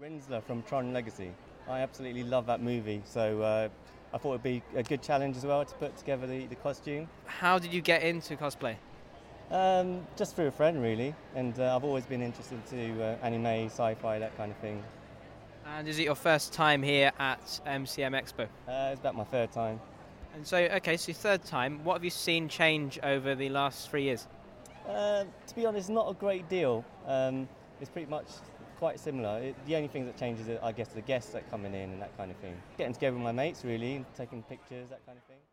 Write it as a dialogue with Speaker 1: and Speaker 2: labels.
Speaker 1: Rinsler from Tron Legacy. I absolutely love that movie, so uh, I thought it'd be a good challenge as well to put together the, the costume.
Speaker 2: How did you get into cosplay?
Speaker 1: Um, just through a friend, really, and uh, I've always been interested to uh, anime, sci-fi, that kind of thing.
Speaker 2: And is it your first time here at MCM Expo?
Speaker 1: Uh, it's about my third time.
Speaker 2: And so, okay, so third time. What have you seen change over the last three years?
Speaker 1: Uh, to be honest, not a great deal. Um, it's pretty much quite similar. It, the only thing that changes, is, I guess, the guests that coming in and that kind of thing. Getting together with my mates, really, and taking pictures, that kind of thing.